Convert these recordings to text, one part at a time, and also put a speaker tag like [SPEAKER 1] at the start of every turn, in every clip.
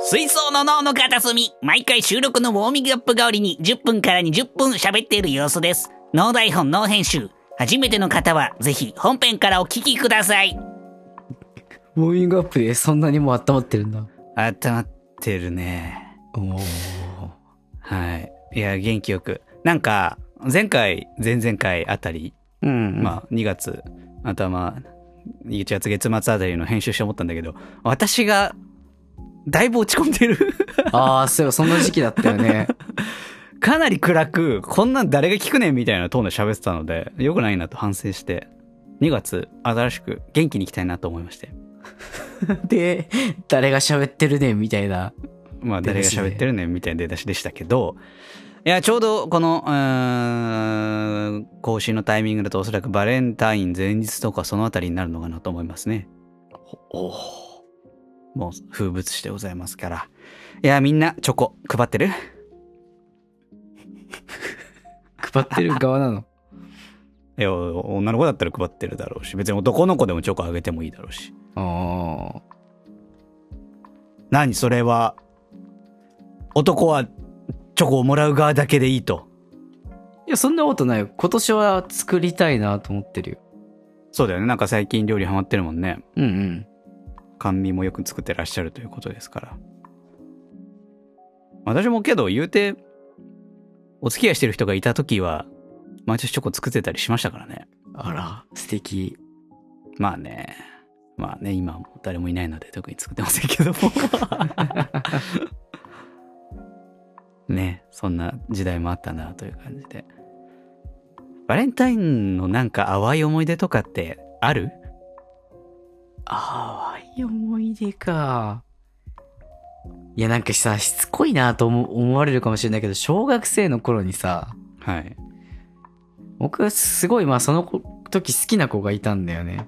[SPEAKER 1] 水槽の脳の片隅。毎回収録のウォーミングアップ代わりに10分から20分喋っている様子です。脳台本、脳編集。初めての方は、ぜひ本編からお聞きください。
[SPEAKER 2] ウォーミングアップでそんなにもう温まってるんだ。
[SPEAKER 1] 温まってるね。
[SPEAKER 2] おお。
[SPEAKER 1] はい。いや、元気よく。なんか、前回、前々回あたり、
[SPEAKER 2] うん。あ。
[SPEAKER 1] まあ、2月頭、1月月末あたりの編集して思ったんだけど、私が、だいぶ落ち込んでる。
[SPEAKER 2] ああ、そういえばその時期だったよね。
[SPEAKER 1] かなり暗く、こんなん誰が聞くねんみたいなトーンで喋ってたので、良くないなと反省して、2月、新しく元気に行きたいなと思いまして。
[SPEAKER 2] で、誰が喋ってるねみたいな。
[SPEAKER 1] まあ、
[SPEAKER 2] 出
[SPEAKER 1] 誰
[SPEAKER 2] だ
[SPEAKER 1] が
[SPEAKER 2] しね
[SPEAKER 1] 喋ってるねんみたいな出だしでしたけど、いや、ちょうどこの、うーん更新のタイミングだとおそらくバレンタイン前日とかそのあたりになるのかなと思いますね。
[SPEAKER 2] おお。
[SPEAKER 1] もう風物詩でございますから。いや、みんなチョコ配ってる
[SPEAKER 2] 配ってる側なの。
[SPEAKER 1] いや、女の子だったら配ってるだろうし、別に男の子でもチョコあげてもいいだろうし。
[SPEAKER 2] あ
[SPEAKER 1] 何それは男はチョコをもらう側だけでいいと
[SPEAKER 2] あ。いや、そんなことないよ。今年は作りたいなと思ってるよ。
[SPEAKER 1] そうだよねなんか最近料理ハマってるもんね
[SPEAKER 2] うんうん。
[SPEAKER 1] 甘味もよく作ってらっしゃるということですから私もけど言うてお付き合いしてる人がいた時は毎年チョコ作ってたりしましたからね
[SPEAKER 2] あら、素敵。
[SPEAKER 1] まあねまあね今はもう誰もいないので特に作ってませんけどもねそんな時代もあったなという感じでバレンタインのなんか淡い思い出とかってある
[SPEAKER 2] ああ、いい思い出か。いや、なんかさ、しつこいなと思思われるかもしれないけど、小学生の頃にさ、
[SPEAKER 1] はい
[SPEAKER 2] 僕はすごいまあその子時好きな子がいたんだよね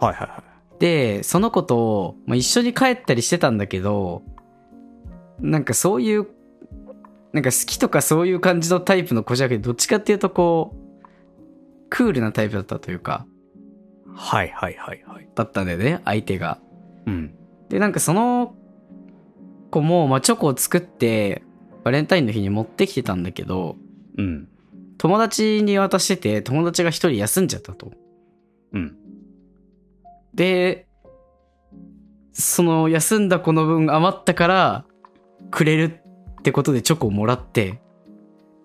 [SPEAKER 1] はいはいは
[SPEAKER 2] でその子と、まあ、一緒に帰ったりしてたんだけどなんかそういうなんか好きとかそういう感じのタイプの子じゃなくてどっちかっていうとこうクールなタイプだったというか
[SPEAKER 1] いはいはいはいはい
[SPEAKER 2] だったんだよね相手が
[SPEAKER 1] うん
[SPEAKER 2] でなんかその子も、まあ、チョコを作ってバレンタインの日に持ってきてたんだけど
[SPEAKER 1] うん
[SPEAKER 2] 友達に渡してて友達が一人休んじゃったと
[SPEAKER 1] うん
[SPEAKER 2] で、その休んだ子の分余ったからくれるってことでチョコをもらって、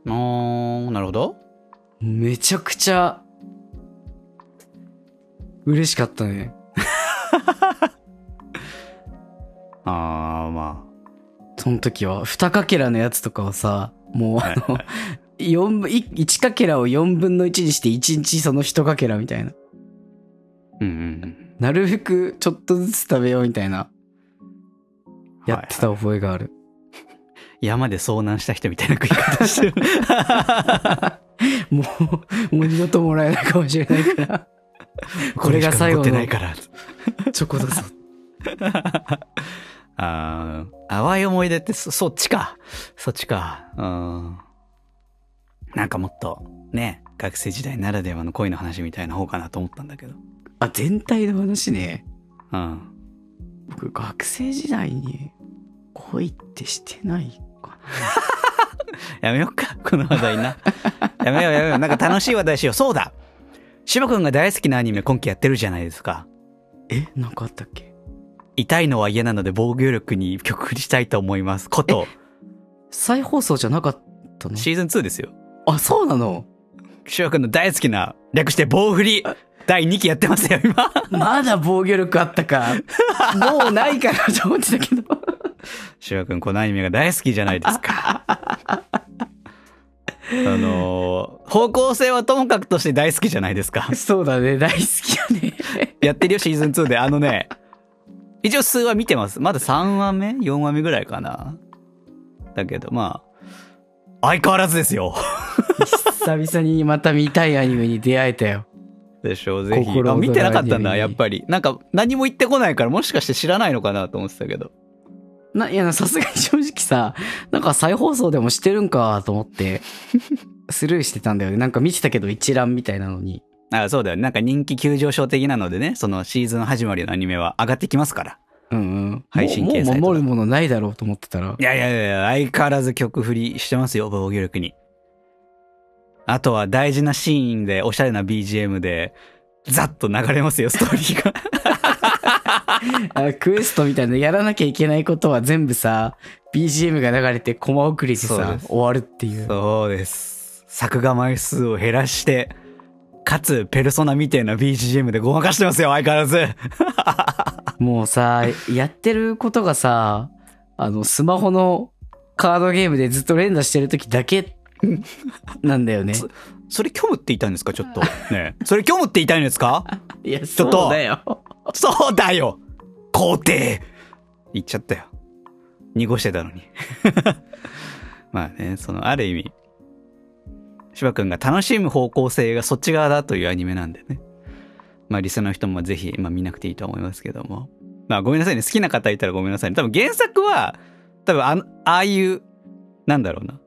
[SPEAKER 1] あーなるほど
[SPEAKER 2] めちゃくちゃ嬉しかったね。
[SPEAKER 1] あーまあ
[SPEAKER 2] その時は、2かけらのやつとかをさ、もうあの、四分1かけらを4分の1にして1日その1かけらみたいな。
[SPEAKER 1] うんうん
[SPEAKER 2] なるべくちょっとずつ食べようみたいな、やって
[SPEAKER 1] はい
[SPEAKER 2] た覚えがある。
[SPEAKER 1] はい山で遭難した人みたいな食い方してる
[SPEAKER 2] もう、もう二度ともらえないかもしれない から。 これが最後
[SPEAKER 1] これしか残ってな
[SPEAKER 2] の
[SPEAKER 1] いから
[SPEAKER 2] チョコだぞ。
[SPEAKER 1] ああ、淡い思い出ってそ、そっちか。そっちか。うん。なんかもっと、ね、学生時代ならではの恋の話みたいな方かなと思ったんだけど。
[SPEAKER 2] あ、全体の話ね。
[SPEAKER 1] うん。
[SPEAKER 2] 僕、学生時代に恋ってしてないか
[SPEAKER 1] やめよっか、この話題 な。やめようやめよう。なんか楽しい話題しよう。そうだしばくんが大好きなアニメ今期やってるじゃないですか。
[SPEAKER 2] な。え、なんかあったっけ
[SPEAKER 1] 痛いのは嫌なので防御力に曲振りしたいと思います。こと、
[SPEAKER 2] 再放送じゃなかったの
[SPEAKER 1] シーズン2ですよ。
[SPEAKER 2] あ、そうなの
[SPEAKER 1] しばくんの大好きな、略して棒振り、第2期やってますよ、今。
[SPEAKER 2] まだ防御力あったか。 もうないかなと思ってたけど。
[SPEAKER 1] シワ君このアニメが大好きじゃないですか。あのー方向性はともかくとして大好きじゃないですか。
[SPEAKER 2] そうだね、大好きだね。
[SPEAKER 1] やってるよ、シーズン2で。あのね、一応数話見てます。まだ3話目 ?4 話目ぐらいかな。だけど、まあ、相変わらずですよ。
[SPEAKER 2] 久々にまた見たいアニメに出会えたよ。
[SPEAKER 1] でしょう、ぜひ。
[SPEAKER 2] 心躍
[SPEAKER 1] あ、
[SPEAKER 2] る
[SPEAKER 1] 見てなかったん
[SPEAKER 2] アニメ
[SPEAKER 1] だ、
[SPEAKER 2] に
[SPEAKER 1] やっぱり。なんか、何も言ってこないから、もしかして知らないのかなと思ってたけど。
[SPEAKER 2] な、いや、さすがに正直さ、なんか再放送でもしてるんかと思って、スルーしてたんだよね。なんか見てたけど一覧みたいなのに。
[SPEAKER 1] あそうだよね。なんか人気急上昇的なのでね、そのシーズン始まりのアニメは上がってきますから。
[SPEAKER 2] うんうん。
[SPEAKER 1] 配信掲
[SPEAKER 2] もうもう
[SPEAKER 1] 載と
[SPEAKER 2] 守
[SPEAKER 1] か
[SPEAKER 2] るものないだろうと思って たら
[SPEAKER 1] い。やいやいや、相変わらず曲振りしてますよ、防御力に。あとは大事なシーンで、おしゃれな BGM で、ざっと流れますよ、ストーリーが。
[SPEAKER 2] あクエストみたいなやらなきゃいけないことは全部さ、BGM が流れてコマ送りで
[SPEAKER 1] そう
[SPEAKER 2] さ
[SPEAKER 1] で、す
[SPEAKER 2] 終わるっていう。
[SPEAKER 1] そうです。作画枚数を減らして、かつ、ペルソナみたいな BGM でごまかしてますよ、相変わらず。
[SPEAKER 2] もうさ、やってることがさ、あの、スマホのカードゲームでずっと連打してる時だけ なんだよね。
[SPEAKER 1] それ虚無って言いたいんですか、ちょっと。ねえそれ虚無って言いた いんですか
[SPEAKER 2] いや、
[SPEAKER 1] ちょ
[SPEAKER 2] そ
[SPEAKER 1] っ
[SPEAKER 2] う
[SPEAKER 1] と
[SPEAKER 2] だよ。
[SPEAKER 1] そうだよ皇帝言っちゃったよ。濁してたのに。 まあね、その、ある意味、芝くんが楽しむ方向性がそっち側だというアニメなんでね。まあ、リスナーの人もぜひ、まあ、見なくていいとは思いますけども。まあ、ごめんなさいね。好きな方いたらごめんなさいね。多分原作は、多分あの、ああいう、なんだろうな。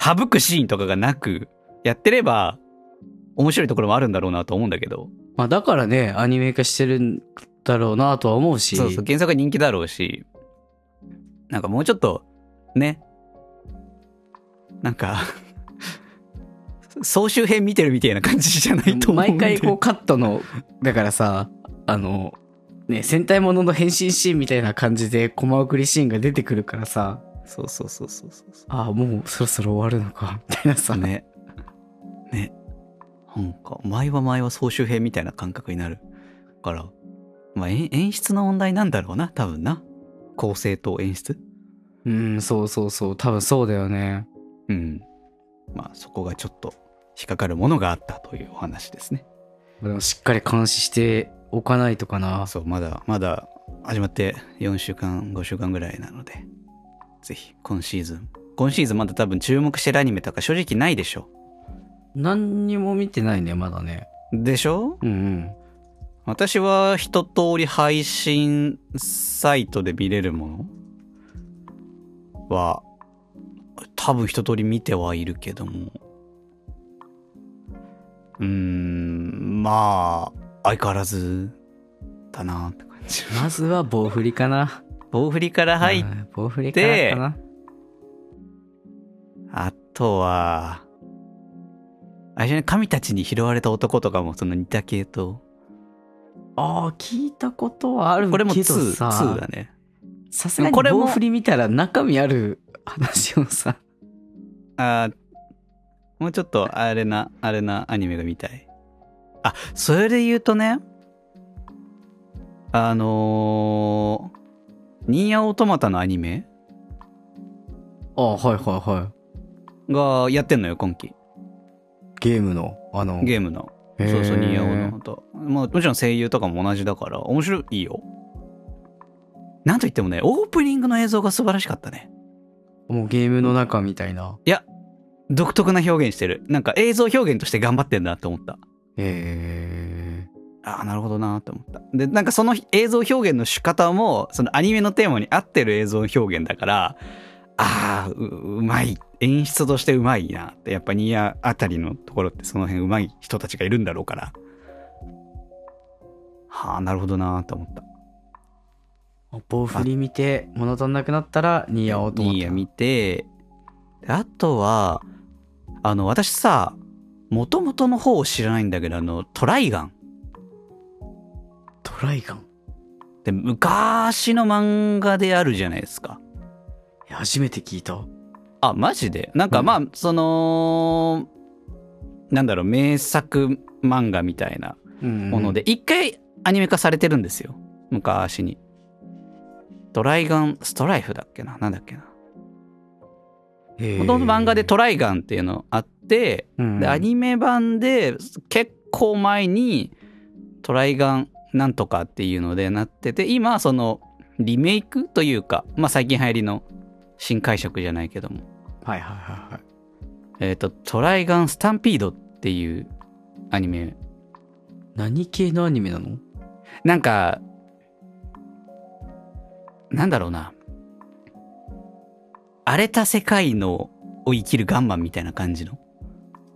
[SPEAKER 1] 省くシーンとかがなく、やってれば、面白いところもあるんだろうなと思うんだけど。
[SPEAKER 2] まあだからね、アニメ化してるんだろうなとは思うし。
[SPEAKER 1] そうそう、原作は人気だろうし、なんかもうちょっと、ね、なんか、 総集編見てるみたいな感じじゃないと思うん
[SPEAKER 2] 毎
[SPEAKER 1] で
[SPEAKER 2] 回こうカットの、だからさ、あの、ね、戦隊ものの変身シーンみたいな感じでコマ送りシーンが出てくるからさ、
[SPEAKER 1] そうそうそうそうそうそ
[SPEAKER 2] ああ、もうそろそろ終わるのか、みたいなさ
[SPEAKER 1] う。。ね。ね。なんか、前は前は総集編みたいな感覚になるから、まあ、演演出の問題なんだろうな、多分な。構成と演出。
[SPEAKER 2] うん、そうそうそう、多分そうだよね。
[SPEAKER 1] うん。まあ、そこがちょっと引っかかるものがあったというお話ですね。
[SPEAKER 2] でもしっかり監視しておかないとかな。
[SPEAKER 1] そう、まだ、まだ始まって4週間、5週間ぐらいなので、ぜひ、今シーズン。今シーズンまだ多分注目してるアニメとか正直ないでしょ。
[SPEAKER 2] 何にも見てないね、まだね。
[SPEAKER 1] でしょ
[SPEAKER 2] うんうん。
[SPEAKER 1] 私は一通り配信サイトで見れるものは、多分一通り見てはいるけども。うーん、まあ、相変わらずだなって感じ。
[SPEAKER 2] まずは棒振りかな。
[SPEAKER 1] 棒振りから入っ
[SPEAKER 2] うん。棒振りからかな。
[SPEAKER 1] あとは、あれじゃない神たちに拾われた男とかもその似た系統。
[SPEAKER 2] ああ、聞いたことはあるけどさ。
[SPEAKER 1] これも2、2だね。
[SPEAKER 2] さすがに
[SPEAKER 1] これも
[SPEAKER 2] 棒振り見たら中身ある話をさ。
[SPEAKER 1] あーもうちょっとあれな、あれなアニメが見たい。あ、それで言うとね、あのー、ニーヤオートマタのアニメ
[SPEAKER 2] ああ、はいはいは
[SPEAKER 1] がやってんのよ、今期。
[SPEAKER 2] い。ゲームの、あの、
[SPEAKER 1] ゲームの。
[SPEAKER 2] へー
[SPEAKER 1] そうそう、ニーヤオのと。まあ、もちろん声優とかも同じだから、面白いよ。なんといってもね、オープニングの映像が素晴らしかったね。
[SPEAKER 2] もうゲームの中みたいな。
[SPEAKER 1] 独特な表現してる。なんか映像表現として頑張ってんだって思った。
[SPEAKER 2] ええ
[SPEAKER 1] ああ、なるほどなーって思った。で、なんかその映像表現の仕方も、そのアニメのテーマに合ってる映像表現だから、ああ、ううまい。演出としてうまいなって。やっぱニーヤあたりのところってその辺うまい人たちがいるんだろうから。はあ、なるほどなーって思った。
[SPEAKER 2] 棒振り見て物足んなくなったらニーヤをと思った
[SPEAKER 1] いいや見てであとはあの私さもともとの方を知らないんだけどあのトライガン
[SPEAKER 2] トライガン
[SPEAKER 1] って昔の漫画であるじゃないですか
[SPEAKER 2] いや初めて聞いた
[SPEAKER 1] あマジでなんか
[SPEAKER 2] うん
[SPEAKER 1] まあ、そのなんだろう名作漫画みたいなも
[SPEAKER 2] も
[SPEAKER 1] ので一、回アニメ化されてるんですよ昔にトライガンストライフだっけななんだっけなもともと漫画でトライガンっていうのあってでアニメ版で結構前にトライガンなんとかっていうのでなってて今そのリメイクというか、まあ、最近流行りの新解釈じゃないけども、
[SPEAKER 2] はいはいはいはい
[SPEAKER 1] えっとトライガンスタンピードっていうアニメ
[SPEAKER 2] 何系のアニメなの
[SPEAKER 1] なんかなんだろうな荒れた世界のを生きるガンマンみたいな感じの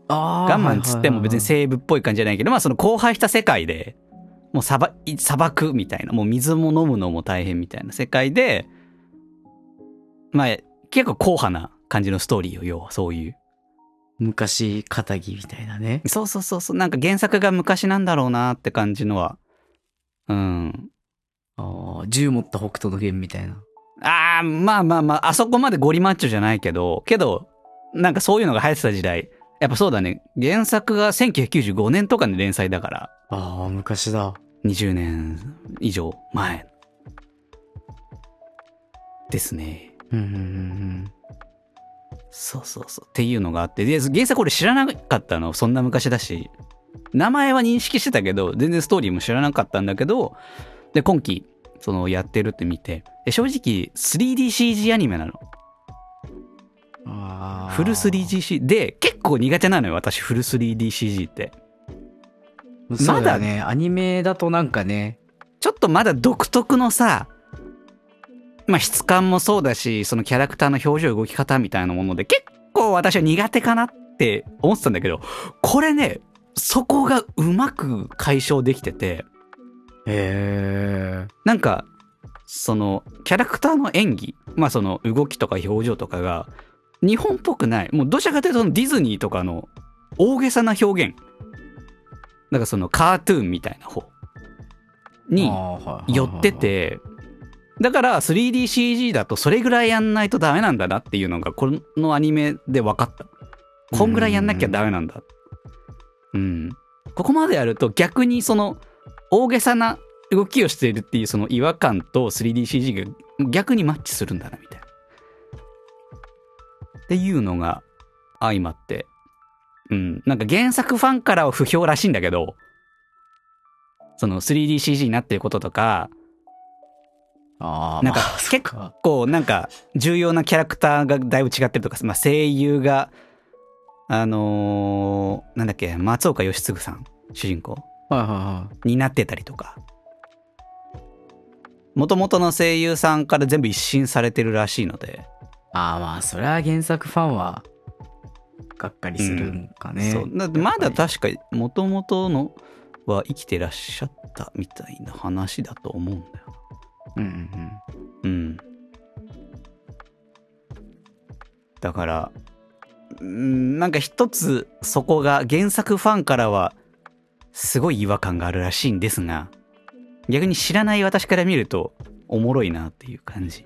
[SPEAKER 2] あ
[SPEAKER 1] ガンマンつっても別に
[SPEAKER 2] せ
[SPEAKER 1] 西部っぽい感じじゃないけど、まあその荒廃した世界で、もう砂漠い砂漠みたいな、もう水も飲むのも大変みたいな世界で、まあ、結構硬派な感じのストーリーよ、要はそういう。
[SPEAKER 2] 昔、仇みたいなね。
[SPEAKER 1] そうそうそうそう、なんか原作が昔なんだろうなって感じのは、うん。
[SPEAKER 2] ああ、銃持った北斗の剣みたいな。
[SPEAKER 1] ああ、まあまあまあ、あそこまでゴリマッチョじゃないけど、けど、なんかそういうのが流行ってた時代、やっぱそうだね、原作が1995年とかの連載だから、
[SPEAKER 2] ああ、昔だ。
[SPEAKER 1] 20年以上前ですね。
[SPEAKER 2] うんうんうんうん。
[SPEAKER 1] そうそうそう。っていうのがあって、で原作俺知らなかったの、そんな昔だし。名前は認識してたけど、全然ストーリーも知らなかったんだけど、で、今期、その、やってるって見て、で正直、3DCG アニメなの。
[SPEAKER 2] ああ。
[SPEAKER 1] フル 3DCG。で、結構苦手なのよ、私、フル 3DCG って。
[SPEAKER 2] そうだよね。アニメだとなんかね。
[SPEAKER 1] ちょっとまだ独特のさ、まあ質感もそうだし、そのキャラクターの表情、動き方みたいなもので、結構私は苦手かなって思ってたんだけど、これね、そこがうまく解消できてて、
[SPEAKER 2] へえ。
[SPEAKER 1] なんか、その、キャラクターの演技、まあその動きとか表情とかが、日本っぽくない。もうどちらかというとディズニーとかの大げさな表現。なんかそのカートゥーンみたいな方に
[SPEAKER 2] ああはいはいはいはい
[SPEAKER 1] 寄って。て、だから 3DCG だとそれぐらいやんないとダメなんだなっていうのがこのアニメで分かった。こんぐらいやんなきゃダメなんだ。うん。ここまでやると逆にその大げさな動きをしているっていうその違和感と 3DCG が逆にマッチするんだなみたいな。っていうのが相まって。うん。なんか原作ファンからは不評らしいんだけど、その 3DCG になってることとか、
[SPEAKER 2] ああ、
[SPEAKER 1] なんか
[SPEAKER 2] まあ
[SPEAKER 1] 結
[SPEAKER 2] そっか。
[SPEAKER 1] こうなんか重要なキャラクターがだいぶ違ってるとか、まあ、声優があのーなんだっけ松岡義嗣さん主人公
[SPEAKER 2] はいはいはい。
[SPEAKER 1] になってたりとかもともとの声優さんから全部一新されてるらしいので、
[SPEAKER 2] ああまあ、それは原作ファンは、がっかりするんかね。
[SPEAKER 1] そうだってまだ
[SPEAKER 2] やっぱ
[SPEAKER 1] 確かもともとのは生きてらっしゃったみたいな話だと思うんだよ
[SPEAKER 2] り。うんうんうん。
[SPEAKER 1] うん。だから、うんなんか一つそこが原作ファンからはすごい違和感があるらしいんですが、逆に知らない私から見るとおもろいなっていう感じ。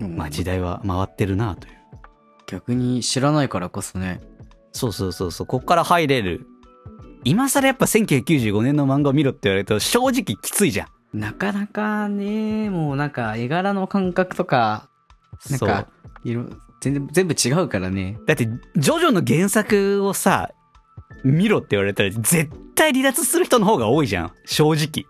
[SPEAKER 1] まあ時代は回ってるなという。
[SPEAKER 2] 逆に知らないからこそね。
[SPEAKER 1] そうそうそうそう、ここから入れる。今更やっぱ1995年の漫画を見ろって言われると正直きついじゃん。
[SPEAKER 2] なかなかね、もうなんか絵柄の感覚とか、なん
[SPEAKER 1] そう
[SPEAKER 2] か、いろ、全然、全部違うからね。
[SPEAKER 1] だって、ジョジョの原作をさ、見ろって言われたら、絶対離脱する人の方が多いじゃん。正直。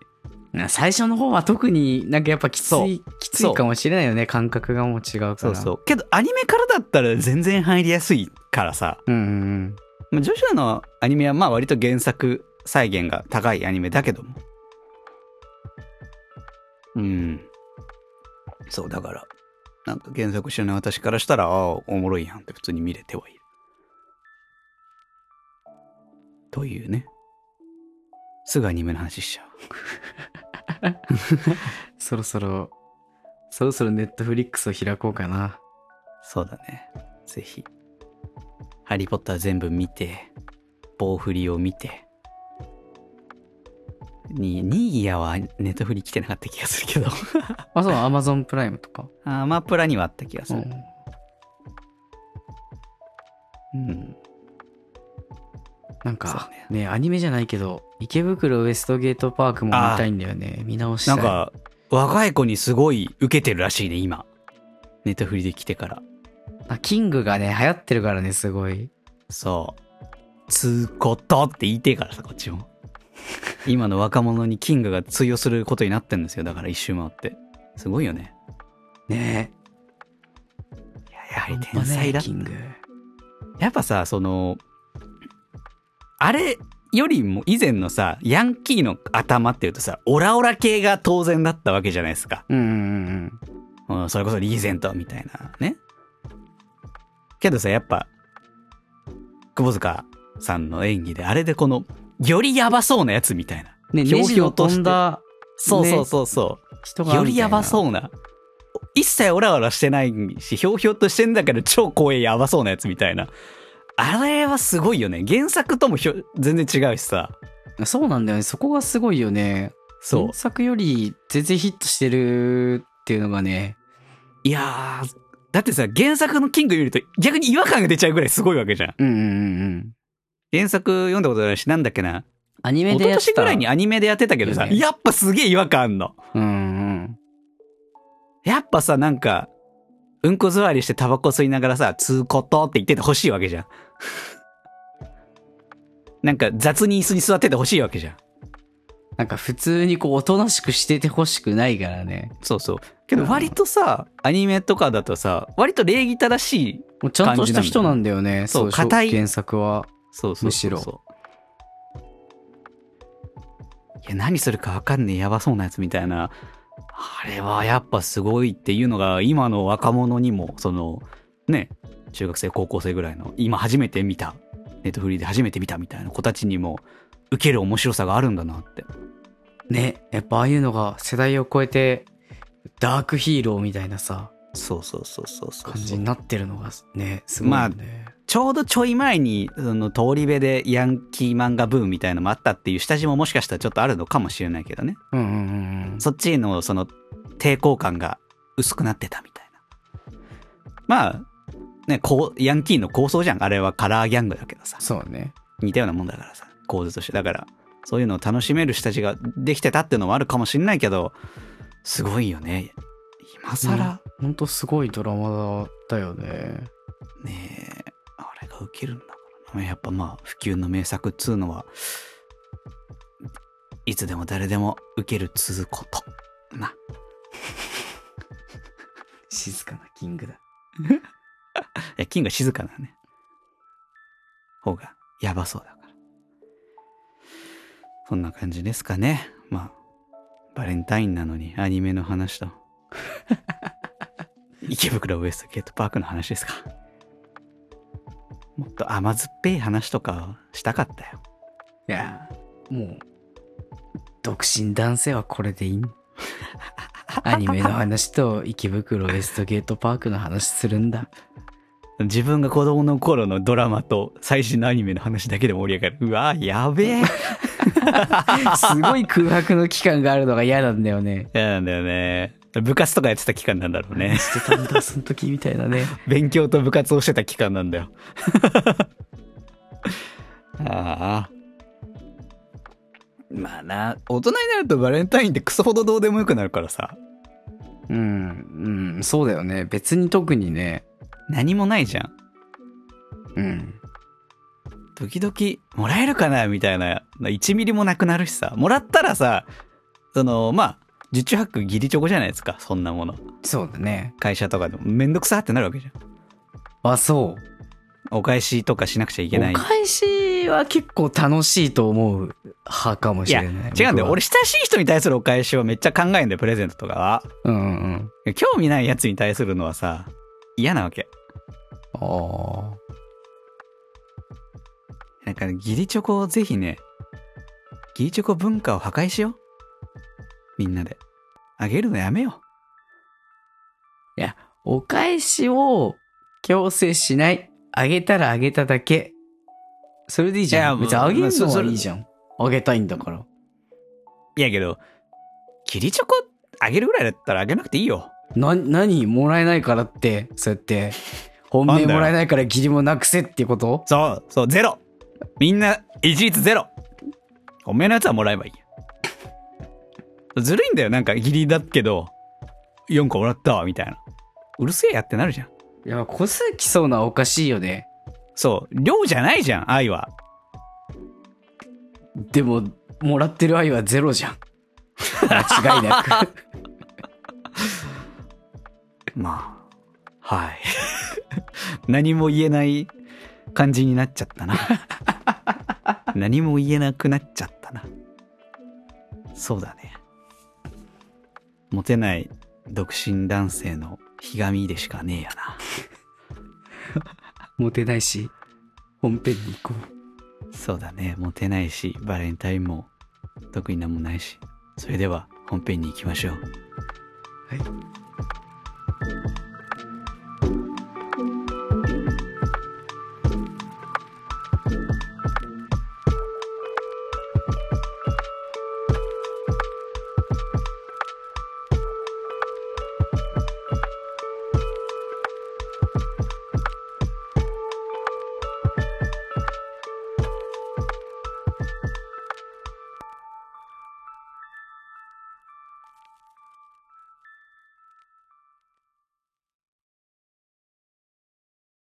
[SPEAKER 2] な最初の方は特になんかやっぱきつ
[SPEAKER 1] そう
[SPEAKER 2] い、きついかもしれないよね。感覚がもう違うから。
[SPEAKER 1] そうそう。けど、アニメからだったら全然入りやすいからさ。
[SPEAKER 2] うんうんうん。
[SPEAKER 1] まあジョジョのアニメは、まあ割と原作再現が高いアニメだけども。うん。そう、だから、なんか原作知らない私からしたら、ああ、おもろいやんって普通に見れてはいる。というね。すぐアニメの話しちゃう。
[SPEAKER 2] そろそろ、そろそろネットフリックスを開こうかな。
[SPEAKER 1] そうだね。ぜひ。ハリーポッター全部見て、棒振りを見て。に、ニーギアはネットフリ来てなかった気がするけど。
[SPEAKER 2] あ、そう、アマゾンプライムとか。
[SPEAKER 1] アマプラにはあった気がす
[SPEAKER 2] う
[SPEAKER 1] る。
[SPEAKER 2] ん
[SPEAKER 1] うん。
[SPEAKER 2] なん
[SPEAKER 1] そ
[SPEAKER 2] か
[SPEAKER 1] うね
[SPEAKER 2] ねアニメじゃないけど池袋ウエストゲートパークも見たいんだよね見直した
[SPEAKER 1] ないんか、若い子にすごい受けてるらしいね、今。ネットフリで来てから。
[SPEAKER 2] あキングがね流行ってるからねすごい
[SPEAKER 1] そう。つーことって言いてえからさ、こっちも。 今の若者にキングが通用することになってんですよ。だから一周回って。すごいよね。
[SPEAKER 2] ね
[SPEAKER 1] いや、やは
[SPEAKER 2] え
[SPEAKER 1] り天才だっ
[SPEAKER 2] キング
[SPEAKER 1] やっぱさ、その、あれよりも以前のさ、ヤンキーの頭っていうとさ、オラオラ系が当然だったわけじゃないですか。
[SPEAKER 2] うんうんうん
[SPEAKER 1] うん、それこそリーゼントみたいなね。けどさ、やっぱ、久保塚さんの演技で、あれでこの、よりやばそうなやつみたいな。
[SPEAKER 2] ね、
[SPEAKER 1] ひょう
[SPEAKER 2] ネジ
[SPEAKER 1] ひょ
[SPEAKER 2] の
[SPEAKER 1] うとして
[SPEAKER 2] 飛んだ
[SPEAKER 1] そうそうそうそ
[SPEAKER 2] 人
[SPEAKER 1] う、
[SPEAKER 2] が
[SPEAKER 1] よりやば
[SPEAKER 2] う。
[SPEAKER 1] そうな一切オラオラしてないしひょうひょうとしてんだけど超怖いやばそうなやつみたいなあれはすごいよね原作ともひょ全然違うしさ
[SPEAKER 2] そうなんだよね。そこがすごいよね。
[SPEAKER 1] そう
[SPEAKER 2] 原作より全然ヒットしてるっていうのがね。
[SPEAKER 1] いやーだってさ原作のキング見ると逆に違和感が出ちゃうぐらいすごいわけじゃん
[SPEAKER 2] うんうんうんうん。
[SPEAKER 1] 原作読んだことないしなんだっけな
[SPEAKER 2] アニメ
[SPEAKER 1] 一
[SPEAKER 2] で
[SPEAKER 1] 昨
[SPEAKER 2] やった
[SPEAKER 1] 年ぐらいにアニメでやってたけどさ、
[SPEAKER 2] いいよね
[SPEAKER 1] やっぱすげえ違和感あんの
[SPEAKER 2] うん
[SPEAKER 1] やっぱさなんかうんこ座りしてタバコ吸いながらさ「つうこと」って言っててほしいわけじゃん なんか雑に椅子に座っててほしいわけじゃん
[SPEAKER 2] うん。なんか普通にこう、おとなしくしててほしくないからね。
[SPEAKER 1] そうそうけど
[SPEAKER 2] うん
[SPEAKER 1] 割とさアニメとかだとさ割と礼儀正しい
[SPEAKER 2] もうちゃんとした人なんだよね。
[SPEAKER 1] そう
[SPEAKER 2] そう
[SPEAKER 1] 硬い
[SPEAKER 2] 原作は。
[SPEAKER 1] そうそうそうそう
[SPEAKER 2] むしろ
[SPEAKER 1] いや何するか分かんねえやばそうなやつみたいなあれはやっぱすごいっていうのが今の若者にもそのね中学生高校生ぐらいの今初めて見たネットフリーで初めて見たみたいな子たちにも受ける面白さがあるんだなって
[SPEAKER 2] ね。やっぱああいうのが世代を超えて、ダークヒーローみたいなさ、
[SPEAKER 1] そうそうそうそうそう
[SPEAKER 2] 感じになってるのがね、すごいよね。
[SPEAKER 1] ちょうどちょい前にその通り部でヤンキー漫画ブームみたいのもあったっていう下地ももしかしたらちょっとあるのかもしれないけどね
[SPEAKER 2] うんうんうんうん。
[SPEAKER 1] そっちへのその抵抗感が薄くなってたみたいな。まあ、ね、こう、ヤンキーの構想じゃん。あれはカラーギャングだけどさ。
[SPEAKER 2] そうね。
[SPEAKER 1] 似たようなもんだからさ。構図として。だから、そういうのを楽しめる人たちができてたっていうのもあるかもしんないけど、すごいよね。今更、
[SPEAKER 2] ほんとすごいドラマだよね。
[SPEAKER 1] ねえ、あれが受けるんだからな。やっぱまあ、普及の名作っつうのは、いつでも誰でも受けるつうこと。な。
[SPEAKER 2] 静かなキングだ。
[SPEAKER 1] いや、金が静かなね。方がやばそうだから。そんな感じですかね。まあ、バレンタインなのにアニメの話と。 池袋ウエストゲートパークの話ですか。もっと甘酸っぱい話とかしたかったよ。
[SPEAKER 2] いや、もう、独身男性はこれでいい んアニメの話と池袋ウエストゲートパークの話するんだ。
[SPEAKER 1] 自分が子供の頃のドラマと最新のアニメの話だけで盛り上がる。うわ、やべえ。
[SPEAKER 2] すごい空白の期間があるのが嫌なんだよね。
[SPEAKER 1] 嫌なんだよね。部活とかやってた期間なんだろうね。
[SPEAKER 2] してたんだ、その時みたいなね。
[SPEAKER 1] 勉強と部活をしてた期間なんだ よ。ああ。まあな、大人になるとバレンタインってクソほどどうでもよくなるからさ。
[SPEAKER 2] うん、うん、そうだよね。別に特にね。
[SPEAKER 1] 何もないじゃん。
[SPEAKER 2] うん。
[SPEAKER 1] 時々、もらえるかなみたいな、1ミリもなくなるしさ。もらったらさ、その、まあ、受注発ギリチョコじゃないですか、そんなもの。
[SPEAKER 2] そうだね。
[SPEAKER 1] 会社とかでもめんどくさってなるわけじゃん。
[SPEAKER 2] あ、そう。
[SPEAKER 1] お返しとかしなくちゃいけない
[SPEAKER 2] お。返しは結構楽しいと思う派かもしれない。
[SPEAKER 1] 違うんだ
[SPEAKER 2] 僕
[SPEAKER 1] よ。
[SPEAKER 2] は
[SPEAKER 1] 俺、、親しい人に対するお返しはめっちゃ考えんだよ、プレゼントとかは。
[SPEAKER 2] うんうんうん。
[SPEAKER 1] 興味ないやつに対するのはさ嫌なわけ
[SPEAKER 2] あ
[SPEAKER 1] だからギリチョコをぜひねギリチョコ文化を破壊しようみんなであげるのやめよ
[SPEAKER 2] あ。お返しを強制しない。あげたらあげただけ。それでいいじ
[SPEAKER 1] い
[SPEAKER 2] ゃ
[SPEAKER 1] やも
[SPEAKER 2] ん。
[SPEAKER 1] う
[SPEAKER 2] 別にあげる
[SPEAKER 1] まあ
[SPEAKER 2] の
[SPEAKER 1] そ
[SPEAKER 2] は
[SPEAKER 1] れ
[SPEAKER 2] いいじゃん。あげたいんだから。
[SPEAKER 1] ういやけどギリチョコあげるぐらいだったらあげなくていいよ
[SPEAKER 2] な、何もらえないからって、そうやって。本命もらえないから義理もなくせっていうこと
[SPEAKER 1] そうそうゼロみんな一律ゼロおめえのやつはもらえばいいよずるいんだよなんかギリだけど4個もらったわみたいなうるせえやってなるじゃん
[SPEAKER 2] いや、個数来そうなおかしいよね。
[SPEAKER 1] そう量じゃないじゃん愛は
[SPEAKER 2] でも、もらってる愛はゼロじゃん。間違いなく。
[SPEAKER 1] まあ、はい。 何も言えない感じになっちゃったな。何も言えなくなっちゃったな。そうだね。モテない独身男性のひがみでしかねえやな。
[SPEAKER 2] モテないし、本編に行こう。
[SPEAKER 1] そうだね。モテないし、バレンタインも特になんもないし。それでは本編に行きましょう。
[SPEAKER 2] はい